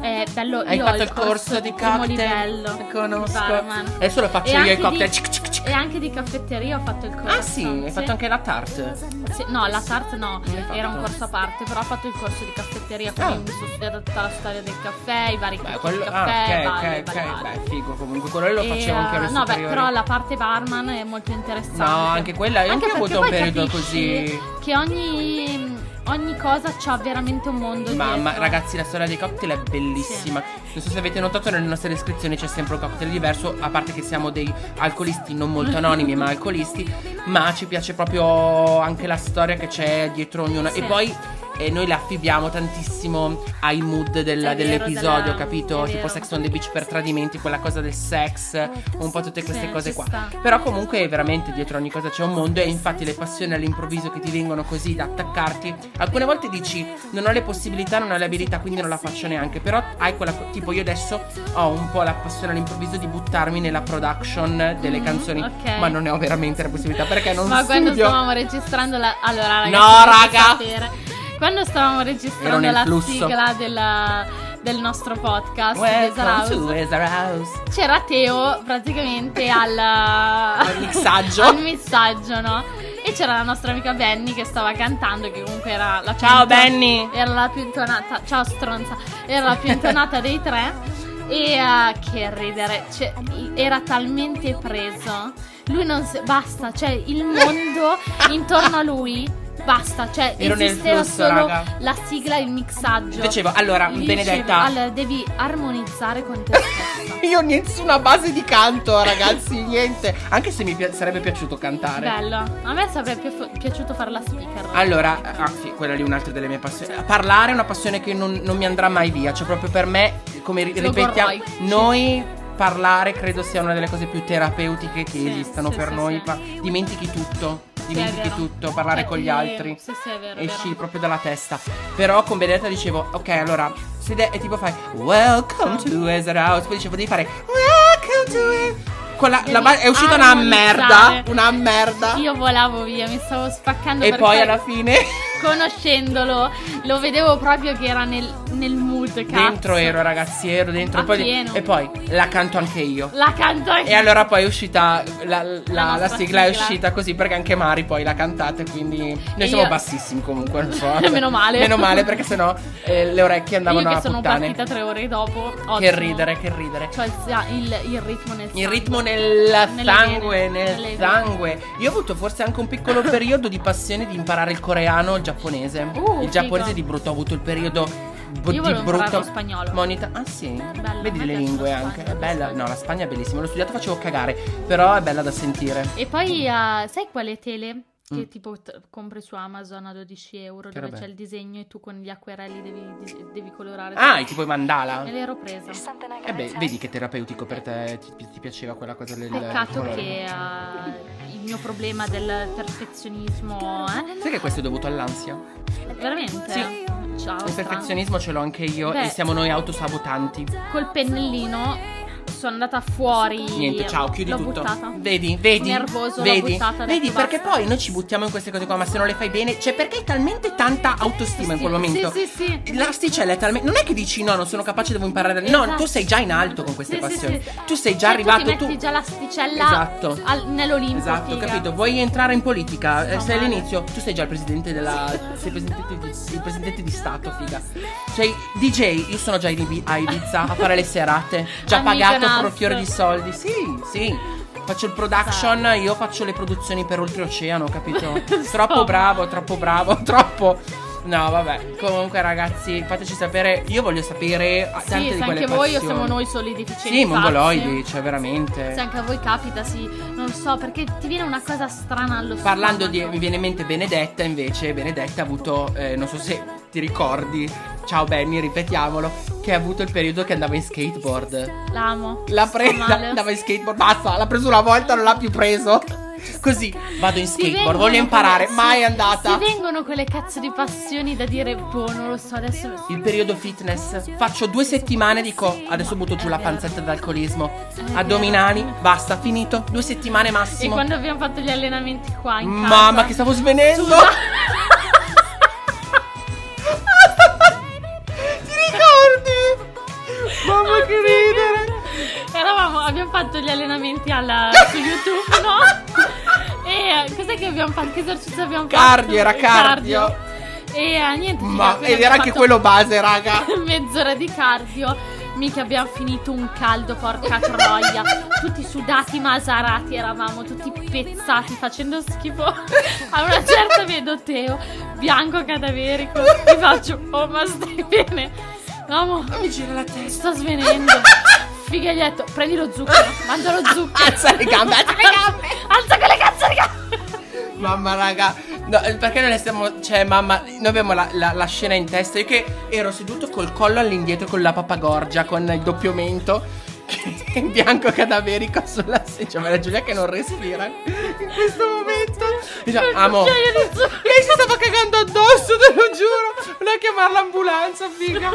S3: È bello,
S2: Hai
S3: io ho
S2: fatto il corso di
S3: primo
S2: cocktail?
S3: livello.
S2: Conosco.
S3: barman.
S2: Adesso lo faccio
S3: E
S2: io
S3: anche
S2: i cocktail.
S3: di-
S2: Cic, cic, cic.
S3: E anche di caffetteria ho fatto il corso.
S2: Ah sì, hai fatto anche la tart.
S3: Sì, no, la tart no,
S2: L'hai fatto?
S3: era un corso a parte, però ho fatto il corso di caffetteria, quindi
S2: Ah.
S3: mi sono studiata tutta la storia del caffè, i vari
S2: Beh,
S3: tipi
S2: quello,
S3: di
S2: ah,
S3: caffè, vari,
S2: ok, ok,
S3: vari,
S2: ok,
S3: vari.
S2: beh, figo comunque, quello lì lo
S3: E,
S2: facevo anche alle
S3: eh, No, beh,
S2: superiori.
S3: però la parte barman è molto interessante.
S2: No, anche quella- anche io ho
S3: perché
S2: avuto un
S3: poi
S2: periodo
S3: capisci
S2: così.
S3: Che ogni ogni cosa c'ha veramente un mondo
S2: Ma,
S3: dietro.
S2: ma, ragazzi, la storia dei cocktail è bellissima. Non so se avete notato, nelle nostre descrizioni c'è sempre un cocktail diverso. A parte che siamo dei alcolisti non molto anonimi, ma alcolisti. Ma ci piace proprio anche la storia che c'è dietro ognuna.
S3: Sì.
S2: E poi. eh, noi la affidiamo tantissimo ai mood del-
S3: È vero,
S2: dell'episodio,
S3: della-
S2: capito?
S3: è
S2: Tipo
S3: vero.
S2: Sex on the Beach per tradimenti, quella cosa del sex, un po' tutte queste
S3: Sì,
S2: cose
S3: ci
S2: qua.
S3: sta.
S2: Però comunque veramente dietro ogni cosa c'è un mondo e infatti le passioni all'improvviso che ti vengono così da attaccarti, alcune volte dici non ho le possibilità, non ho le abilità, quindi non la faccio neanche, però hai quella co- tipo io adesso ho un po' la passione all'improvviso di buttarmi nella production delle
S3: Mhm,
S2: canzoni,
S3: ok.
S2: ma non ne ho veramente la possibilità perché non
S3: Ma quando
S2: studio.
S3: stavamo registrando la. Allora, ragazzi,
S2: No,
S3: dovete
S2: raga!
S3: sapere, Quando stavamo
S2: Ero
S3: registrando
S2: nel
S3: la
S2: flusso.
S3: sigla della- del nostro podcast, Laser
S2: Welcome
S3: House,
S2: to Weather House.
S3: c'era Teo praticamente al,
S2: Al mixaggio.
S3: al mixaggio, no? E c'era la nostra amica Benny che stava cantando, che comunque era la più
S2: Ciao
S3: intonata-
S2: Benny.
S3: Era la più intonata, ciao stronza, era la più intonata dei tre. E eh, che ridere, cioè, i- era talmente preso. Lui non si- basta, cioè il mondo intorno a lui, basta, cioè
S2: Ero nel
S3: esisteva
S2: flusso,
S3: solo
S2: raga.
S3: la sigla, il mixaggio.
S2: Dicevo, allora,
S3: Gli dicevo,
S2: Benedetta,
S3: allora devi armonizzare con te stessa.
S2: Io nessuna base di canto, ragazzi, niente. Anche se mi pi- sarebbe piaciuto cantare.
S3: Bello, a me sarebbe pi- piaciuto fare la speaker.
S2: Allora, ah sì, quella lì è un'altra delle mie passioni. Parlare è una passione che non, non mi andrà mai via. Cioè, proprio per me, come ri-
S3: Lo
S2: ripetiamo,
S3: vorrai.
S2: noi parlare credo sia una delle cose più terapeutiche che
S3: Sì,
S2: esistano
S3: sì,
S2: per
S3: sì,
S2: noi.
S3: sì.
S2: Pa- dimentichi tutto,
S3: Sì,
S2: dimentichi
S3: è vero.
S2: tutto, parlare
S3: Cioè,
S2: con gli
S3: sì,
S2: altri.
S3: Sì, sì, è vero. è
S2: Esci
S3: vero.
S2: proprio dalla testa. Però con Benedetta dicevo, ok, allora, se de- e tipo fai Welcome to Ezra House. Poi dicevo, devi fare Welcome to Ezra con la- la ba- è uscita una merda,
S3: Armonizzare.
S2: una merda.
S3: Io volavo via, mi stavo spaccando
S2: E
S3: perché
S2: poi alla fine
S3: conoscendolo lo vedevo proprio che era nel, nel mood cazzo.
S2: Dentro ero ragazzi, ero dentro.
S3: A
S2: Poi-
S3: pieno.
S2: e poi la canto anche io.
S3: La canto anche.
S2: E allora poi è uscita la, la-
S3: La
S2: la
S3: nostra
S2: sigla è
S3: sigla.
S2: uscita così perché anche Mari poi l'ha cantata e quindi noi
S3: E
S2: siamo
S3: io-
S2: bassissimi comunque, non so.
S3: Meno male.
S2: Meno male perché sennò eh, le orecchie
S3: Io
S2: andavano
S3: che
S2: a
S3: sono
S2: puttane.
S3: partita tre ore dopo. ottimo.
S2: Che ridere, che ridere.
S3: Cioè il, il- il ritmo nel
S2: Il
S3: sangue.
S2: ritmo nel
S3: Nelle
S2: sangue,
S3: vene,
S2: nel
S3: nelle vene.
S2: sangue. Io ho avuto forse anche un piccolo periodo di passione di imparare il coreano e il giapponese.
S3: Uh,
S2: il giapponese
S3: figo.
S2: di brutto, ho avuto il periodo b-
S3: Io
S2: di
S3: volevo imparare
S2: brutto.
S3: lo spagnolo.
S2: Monita. Ah sì,
S3: Bello,
S2: vedi
S3: a me
S2: le
S3: piace
S2: lingue
S3: la Spagna,
S2: anche. È
S3: lo
S2: bella.
S3: spagnolo.
S2: No, la Spagna è bellissima. L'ho studiato, facevo cagare. Però è bella da sentire.
S3: E poi eh, sai quale tele? Che
S2: Mm.
S3: tipo t- compri su Amazon a 12 euro
S2: Che
S3: dove
S2: roba è?
S3: c'è il disegno e tu con gli acquerelli devi, dis- devi colorare.
S2: Ah, i tipo i mandala.
S3: E l'ero presa.
S2: E beh, vedi che terapeutico per te. Ti, ti piaceva quella cosa del.
S3: Peccato
S2: colore.
S3: che eh, il mio problema del perfezionismo eh,
S2: Sai che questo è dovuto all'ansia?
S3: veramente
S2: Sì.
S3: ciao
S2: Il
S3: strano.
S2: perfezionismo ce l'ho anche io
S3: Beh.
S2: e siamo noi autosabotanti.
S3: col pennellino sono andata fuori
S2: Niente, ciao, chiudi
S3: l'ho
S2: tutto.
S3: buttata.
S2: Vedi, vedi.
S3: Nervoso, l'ho
S2: vedi,
S3: buttata, ho detto
S2: vedi perché
S3: basta.
S2: poi noi ci buttiamo in queste cose qua, ma se non le fai bene, cioè perché hai talmente tanta autostima in quel
S3: Sì,
S2: momento?
S3: sì sì sì
S2: L'asticella è talmente. Non è che dici no, non sono capace, devo imparare. da-". No,
S3: Esatto.
S2: tu sei già in alto con queste
S3: Sì, sì,
S2: passioni.
S3: sì.
S2: Tu sei già
S3: Cioè, tu
S2: arrivato.
S3: ti metti già l'asticella
S2: Esatto.
S3: al- nell'Olimpo
S2: Esatto,
S3: figa.
S2: capito. Vuoi entrare in politica? eh,
S3: No,
S2: sei
S3: male.
S2: all'inizio, tu sei già il presidente della. Sei presidente di, il presidente di Stato, figa. Cioè, DJ, io sono già in Ibi- a Ibiza a fare le serate. Già
S3: A
S2: pagato per un
S3: Mykonos.
S2: fiore di soldi. Sì, sì. Faccio il production,
S3: Esatto.
S2: io faccio le produzioni per oltreoceano, capito? troppo bravo, troppo bravo, troppo. No, vabbè. Comunque, ragazzi, fateci sapere. Io voglio sapere ah,
S3: Sì,
S2: tante
S3: se
S2: di quelle
S3: anche voi o
S2: passioni.
S3: siamo noi soli deficienti
S2: Sì,
S3: pazzi.
S2: mongoloidi, cioè veramente.
S3: se anche a voi capita sì non so perché ti viene una cosa strana allo
S2: Parlando di,
S3: stomaco.
S2: mi viene in mente Benedetta invece, Benedetta ha avuto, eh, non so se ti ricordi, ciao Benny, ripetiamolo, che ha avuto il periodo che andava in skateboard.
S3: l'amo
S2: L'ha
S3: Sto
S2: presa,
S3: male.
S2: andava in skateboard, basta, l'ha preso una volta, non l'ha più preso. Così, vado in
S3: Ti vengono
S2: skateboard, voglio imparare,
S3: quelle-
S2: mai è
S3: sì,
S2: andata.
S3: Ti vengono quelle cazzo di passioni da dire, boh, non lo so, adesso.
S2: Il periodo fitness, faccio due settimane, dico, adesso butto giù la panzetta d'alcolismo, addominali, basta, finito, due settimane
S3: E
S2: massimo.
S3: quando abbiamo fatto gli allenamenti qua in casa.
S2: Mamma, che stavo svenendo! Ti ricordi? Mamma che ridere!
S3: Eravamo, abbiamo fatto gli allenamenti alla, su YouTube, no? E eh, cos'è che abbiamo fatto? Che esercizio abbiamo fatto?
S2: Cardio, era cardio.
S3: E eh, niente.
S2: Ma
S3: abbiamo
S2: ed era anche
S3: fatto
S2: quello base, raga!
S3: Mezz'ora di cardio. Mica abbiamo finito un caldo, porca troia. Tutti sudati, masarati, eravamo tutti pezzati, facendo schifo. A una certa vedo Teo, bianco cadaverico. Mi faccio, oh ma stai bene? Mamma, mi gira la testa. Sto svenendo. Figa, gli ho detto, prendi lo zucchero, mangia lo zucchero.
S2: Alza le gambe, alza le gambe.
S3: Alza quelle cazzo di gambe.
S2: Mamma raga, no, perché noi stiamo. Cioè, mamma, noi abbiamo la, la- la scena in testa. Io che ero seduto col collo all'indietro con la papagorgia, con il doppio mento. che è bianco cadaverico sulla seggia. Ma la Giulia che non respira in questo momento. Dice,
S3: Quel
S2: amo.
S3: cucchiaio di zucchero.
S2: Lei si stava cagando addosso, te lo giuro. Non è chiamare l'ambulanza, figa.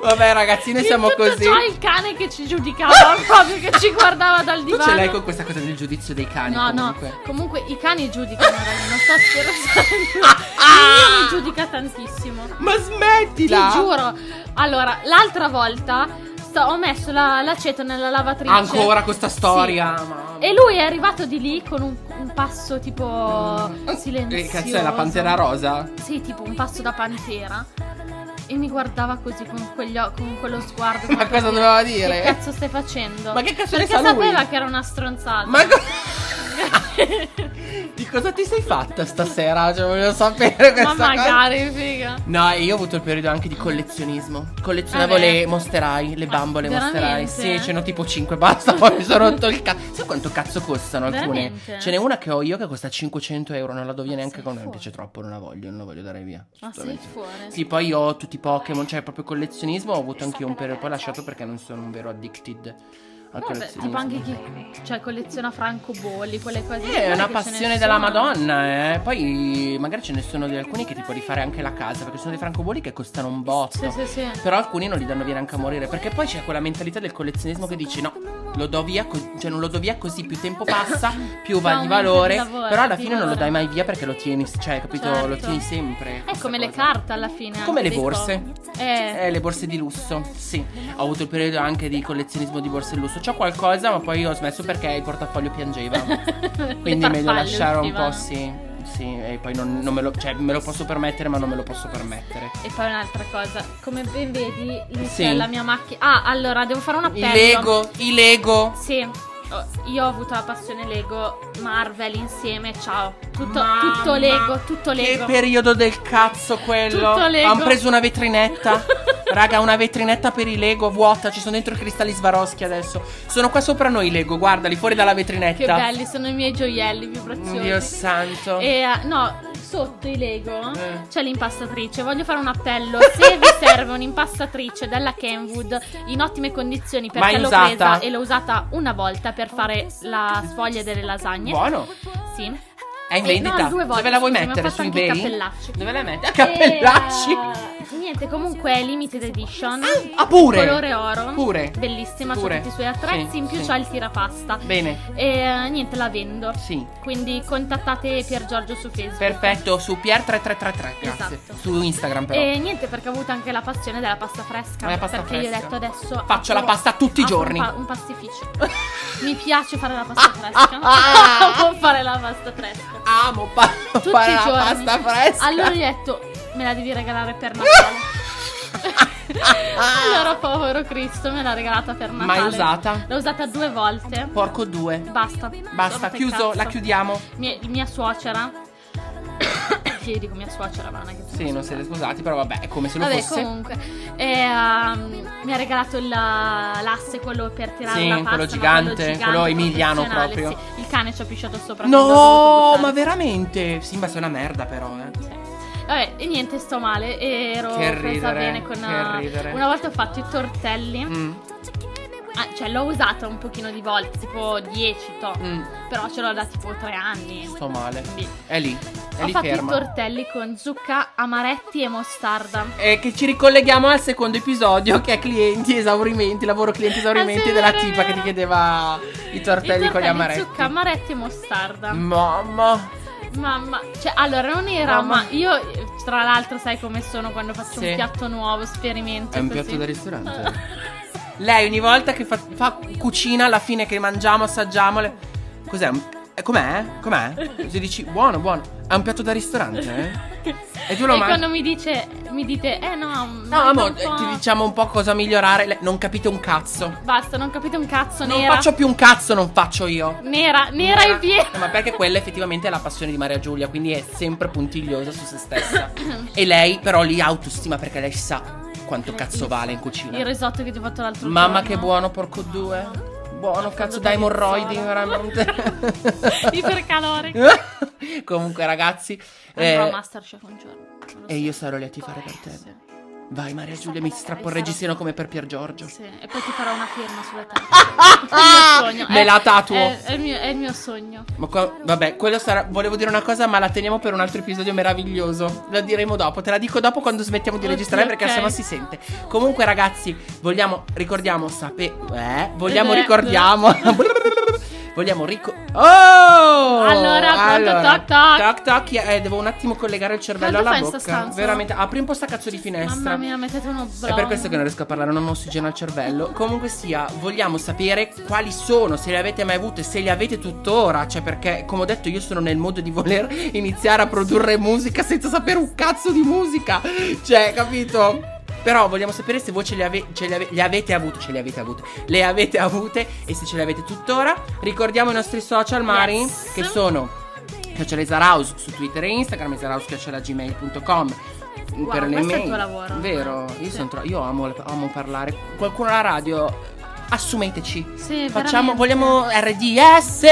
S2: Vabbè, ragazzi, noi
S3: In
S2: siamo
S3: tutto
S2: così.
S3: Ciò il cane che ci giudicava proprio, che ci guardava dal
S2: Tu
S3: divano.
S2: ce l'hai con questa cosa del giudizio dei cani.
S3: No,
S2: comunque.
S3: no, comunque i cani giudicano, raga, non sto scherzando. Il mio mi giudica tantissimo.
S2: Ma
S3: Ti
S2: smettila!
S3: giuro. Allora, l'altra volta sto- ho messo la- l'aceto nella lavatrice.
S2: Ancora questa storia.
S3: Sì.
S2: mamma.
S3: E lui è arrivato di lì con un, un passo tipo
S2: Che
S3: silenzioso.
S2: Mm. Eh, cazzo è la pantera rosa?
S3: Sì, tipo un passo da pantera. E mi guardava così con, quegli o- con quello sguardo.
S2: Ma
S3: proprio
S2: cosa
S3: di-
S2: doveva dire?
S3: Che cazzo stai facendo?
S2: Ma che cazzo ne
S3: Perché
S2: sa lui?
S3: sapeva che era una stronzata.
S2: Ma co- di cosa ti sei fatta stasera? Cioè, voglio sapere questa
S3: Ma
S2: cosa.
S3: magari, figa.
S2: No, e io ho avuto il periodo anche di collezionismo. Collezionavo
S3: Ah, beh.
S2: le monsterai, le
S3: Ah,
S2: bambole monsterai.
S3: veramente?
S2: Sì, ce n'ho tipo 5, basta. Poi mi sono rotto il cazzo. Sai quanto cazzo costano alcune?
S3: Veramente?
S2: Ce n'è una che ho io che costa 500 euro. Non la do via
S3: Ma
S2: neanche
S3: sei
S2: con me. Mi
S3: fuori.
S2: piace troppo, non la voglio, non la voglio dare via.
S3: Ma sei
S2: assolutamente.
S3: fuori.
S2: Sì, poi io ho tutti i Pokémon, cioè proprio collezionismo. Ho avuto anche io un periodo, poi ho lasciato perché non sono un vero addicted al
S3: No, beh,
S2: collezionismo.
S3: tipo anche chi cioè, colleziona francobolli, quelle cose.
S2: Sì,
S3: lì,
S2: Eh, è
S3: guarda
S2: una
S3: che ce
S2: passione
S3: ne
S2: della
S3: sono.
S2: Madonna, eh. Poi magari ce ne sono di alcuni che ti puoi rifare anche la casa, perché sono dei francobolli che costano un botto.
S3: Sì, sì, sì.
S2: Però alcuni non li danno via neanche a morire. Perché poi c'è quella mentalità del collezionismo che dici: no, lo do via, co- cioè non lo do via così più tempo passa, più va
S3: Fa
S2: di
S3: un
S2: valore.
S3: lavoro,
S2: però alla
S3: di
S2: fine non lo
S3: valore.
S2: dai mai via perché lo tieni, cioè, capito?
S3: Certo.
S2: Lo tieni sempre.
S3: È
S2: questa
S3: come le
S2: cosa.
S3: carte alla fine.
S2: Come
S3: anche
S2: le
S3: dei
S2: borse.
S3: po'. Eh,
S2: Eh, le borse di lusso, sì. Ho avuto il periodo anche di collezionismo di borse di lusso. C'ho qualcosa, ma poi ho smesso perché il portafoglio piangeva.
S3: le
S2: Quindi è meglio
S3: farfalle eh.
S2: lasciare un
S3: uscivano.
S2: po', sì. Sì, e poi non, non me lo. Cioè, me lo posso permettere, ma non me lo posso permettere.
S3: E poi un'altra cosa, come ben vedi, lì
S2: Sì.
S3: c'è la mia macchina. Ah, allora devo fare un
S2: I
S3: appello.
S2: Lego, i Lego.
S3: Sì, ho- io ho avuto la passione Lego, Marvel insieme, ciao. Tutto,
S2: Mamma,
S3: tutto Lego, tutto
S2: Che
S3: Lego.
S2: periodo del cazzo quello.
S3: Tutto Lego.
S2: Hanno preso una vetrinetta. Raga, una vetrinetta per i Lego vuota. Ci sono dentro i cristalli Swarovski adesso. Sono qua sopra noi i Lego, guardali fuori dalla vetrinetta. Oh
S3: Che belli, sono i miei gioielli più preziosi.
S2: Dio santo.
S3: E eh, no, sotto i Lego
S2: Eh.
S3: c'è l'impastatrice. Voglio fare un appello. Se vi serve un'impastatrice della Kenwood in ottime condizioni perché
S2: Mai
S3: l'ho
S2: usata.
S3: presa e l'ho usata una volta per fare la sfoglia delle lasagne.
S2: Buono.
S3: Sì.
S2: È in
S3: Eh,
S2: vendita.
S3: no, due volte,
S2: Dove la vuoi
S3: scusa, mi ho
S2: mettere?
S3: fatto
S2: Su
S3: anche i
S2: eBay?
S3: cappellacci.
S2: Dove la metti? A cappellacci.
S3: E, eh, niente, comunque è limited edition.
S2: Ah, pure.
S3: Colore oro.
S2: Pure.
S3: Bellissima,
S2: Pure.
S3: c'ha tutti i suoi attrezzi.
S2: Sì,
S3: in più
S2: sì.
S3: c'ha il tirapasta.
S2: Bene.
S3: E eh, niente, la vendo.
S2: Sì.
S3: Quindi contattate Pier Giorgio su Facebook.
S2: Perfetto, su Pier3333, grazie.
S3: Esatto.
S2: Su Instagram però.
S3: E niente, perché ho avuto anche la passione della pasta fresca.
S2: Ma la pasta
S3: perché gli ho
S2: fresca.
S3: detto adesso.
S2: Faccio la pasta tutti i
S3: apro
S2: giorni.
S3: Un, pa- un pastificio. Mi piace fare la pasta fresca. Amo fare la pasta fresca.
S2: Amo pa-
S3: Tutti
S2: fare
S3: i
S2: la
S3: giorni.
S2: pasta fresca.
S3: Allora gli ho detto, me la devi regalare per Natale. allora, povero Cristo, me l'ha regalata per Natale.
S2: Mai usata?
S3: L'ho usata due volte.
S2: Porco due.
S3: Basta.
S2: Basta,
S3: Sono
S2: chiuso,
S3: peccato.
S2: la chiudiamo.
S3: Mia, mia suocera. che io dico mia suocera, ma non è che
S2: Sì, non siete scusati, però vabbè, è come se lo
S3: Vabbè,
S2: fosse.
S3: comunque, eh, um, mi ha regalato il- l'asse quello per tirare
S2: Sì,
S3: la pasta.
S2: quello
S3: ma
S2: gigante, quello emiliano
S3: professionale,
S2: proprio.
S3: sì. Il cane ci ha pisciato sopra. quindi l'ho
S2: No,
S3: dovuto
S2: ma
S3: buttare.
S2: veramente? Simba sei una merda però, eh.
S3: Sì. Vabbè, e niente, sto male. Ero
S2: Che
S3: presa
S2: ridere,
S3: bene con.
S2: che
S3: eh,
S2: ridere.
S3: Una volta ho fatto i tortelli.
S2: Mm,
S3: Ah, cioè, l'ho usata un pochino di volte, tipo 10 to.
S2: mm,
S3: Però ce l'ho da tipo 3 anni.
S2: sto male.
S3: Quindi,
S2: È lì, è
S3: ho
S2: lì
S3: fatto
S2: ferma.
S3: i tortelli con zucca, amaretti e mostarda.
S2: E che ci ricolleghiamo al secondo episodio che è clienti, esaurimenti, lavoro clienti esaurimenti
S3: Ah, sì,
S2: della
S3: vero,
S2: tipa che ti
S3: vero.
S2: chiedeva i tortelli,
S3: I
S2: con gli
S3: Zucca,
S2: amaretti. Mm.
S3: amaretti e mostarda.
S2: Mamma.
S3: Mamma, cioè, allora non era,
S2: Mamma.
S3: ma io tra l'altro sai come sono quando faccio
S2: Sì.
S3: un piatto nuovo, sperimento.
S2: È un
S3: così.
S2: piatto da ristorante. Lei ogni volta che fa, fa cucina, alla fine che mangiamo, assaggiamo. le- Cos'è? Un- Eh, com'è? Com'è? Se dici buono, buono. È un piatto da ristorante? eh? E tu lo
S3: e
S2: mangi.
S3: quando mi dice, mi dite, eh no,
S2: No,
S3: manca
S2: amore,
S3: un po'.
S2: ti diciamo un po' cosa migliorare. Le- Non capite un cazzo.
S3: Basta, non capite un cazzo,
S2: Non
S3: nera.
S2: faccio più un cazzo, non faccio io.
S3: Nera, nera e via.
S2: No, Ma perché quella effettivamente è la passione di Maria Giulia, quindi è sempre puntigliosa su se stessa. e lei però li ha autostima perché lei sa quanto cazzo vale in
S3: Il
S2: cucina.
S3: risotto che ti ho fatto l'altro
S2: Mamma che
S3: giorno.
S2: buono, porco due. Buono, cazzo, da
S3: da
S2: emorroidi,
S3: pizzola.
S2: veramente.
S3: Ipercalorico.
S2: Comunque, ragazzi.
S3: Andrò
S2: eh,
S3: a Masterchef un giorno. non lo
S2: e
S3: so.
S2: io sarò lì a tifare per te.
S3: Sì.
S2: Vai Maria Giulia, mi strappo il reggiseno come per Pier Giorgio.
S3: Sì, e poi ti farò una firma sulla testa. È il mio sogno.
S2: Me
S3: è-
S2: la tatuo.
S3: È, è il mio, è il mio sogno.
S2: Ma qua- vabbè, quello sarà. Volevo dire una cosa, ma la teniamo per un altro episodio meraviglioso. La diremo dopo. Te la dico dopo quando smettiamo di
S3: Oddio,
S2: registrare, perché
S3: ok.
S2: sennò si sente. Comunque, ragazzi, vogliamo. Ricordiamo, sape. Eh, vogliamo,
S3: Eh.
S2: ricordiamo. vogliamo rico. Oh!
S3: Allora, pronto, toc, toc.
S2: Toc toc. Eh, devo un attimo collegare il cervello
S3: Cosa
S2: alla
S3: fai in sta
S2: bocca.
S3: stanza?
S2: Veramente, apri un po' sta cazzo di finestra.
S3: Mamma mia, mettete uno blog.
S2: È per questo che non riesco a parlare, non ho ossigeno al cervello. Comunque sia, vogliamo sapere quali sono, se le avete mai avute, se le avete tuttora. Cioè, perché, come ho detto, io sono nel modo di voler iniziare a produrre musica senza sapere un cazzo di musica. Cioè, capito? Però vogliamo sapere se voi ce le, ave- ce le ave- le avete avute, ce le avete avute, le avete avute e se ce le avete tuttora. Ricordiamo i nostri social, Mari,
S3: Yes.
S2: che sono Chiacciare House su Twitter e Instagram, isaraus.gmail.com
S3: Wow,
S2: per
S3: questo
S2: le
S3: è il
S2: mail.
S3: tuo lavoro.
S2: Vero, io,
S3: Sì.
S2: sono tro- io amo, amo parlare. Qualcuno alla radio, assumeteci.
S3: Sì,
S2: Facciamo,
S3: veramente.
S2: vogliamo RDS.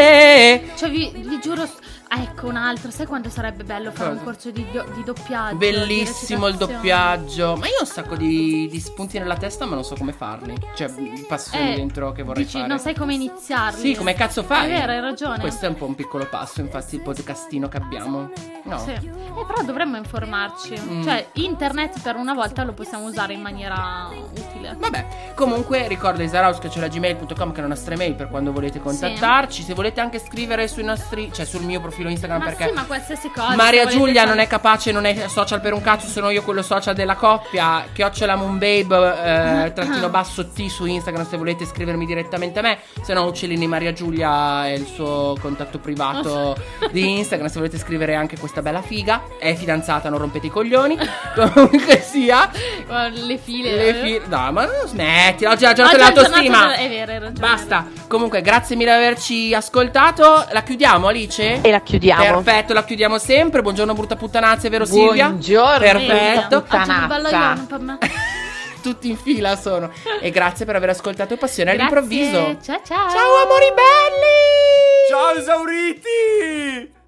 S3: Cioè, vi, vi giuro. s- ah, Ecco un altro, sai quanto sarebbe bello fare
S2: Cosa?
S3: un corso di, do- di doppiaggio?
S2: Bellissimo il
S3: di recitazione?
S2: doppiaggio. Ma io ho un sacco di, di spunti nella testa, ma non so come farli. Cioè, passioni
S3: Eh,
S2: dentro che vorrei
S3: dici,
S2: fare.
S3: Non sai come iniziarli.
S2: Sì, come cazzo fai?
S3: È vero, hai ragione.
S2: Questo è un po' un piccolo passo, infatti, il podcastino che abbiamo. No.
S3: Sì. Eh, però dovremmo informarci.
S2: Mm.
S3: Cioè, internet per una volta lo possiamo usare in maniera utile.
S2: Vabbè, comunque ricordo Isaraus che c'è la gmail.com che è la nostra email per quando volete contattarci. Se volete anche scrivere sui nostri, cioè sul mio profilo Instagram
S3: ma
S2: perché
S3: sì, ma qualsiasi cosa.
S2: Maria
S3: se volete
S2: Giulia
S3: fare-
S2: non è capace, non è social per un cazzo, sono io quello social della coppia. Chiocciola Moonbabe, eh, trattino basso T su Instagram se volete scrivermi direttamente a me. Se no Uccellini Maria Giulia è il suo contatto privato di Instagram se volete scrivere anche questa bella figa. È fidanzata, non rompete i coglioni. Comunque sia.
S3: Eh, Le file.
S2: Le
S3: eh. Ah,
S2: fi- no, ma non smetti, oggi è la giornata
S3: Oggi è la eh,
S2: dell'autostima.
S3: giornata del- è vero, hai ragione.
S2: Basta. Comunque, grazie mille di averci ascoltato. La chiudiamo, Alice?
S4: E la chiudiamo.
S2: Perfetto, la chiudiamo sempre. Buongiorno brutta puttanazza, è vero Silvia?
S4: Buongiorno.
S2: Perfetto.
S4: brutta
S3: Oggi mi ballo
S4: puttanazza.
S3: io, per me.
S2: Tutti in fila sono. E grazie per aver ascoltato Passione
S3: Grazie,
S2: all'improvviso.
S3: Ciao ciao.
S2: Ciao amori belli!
S1: Ciao esauriti!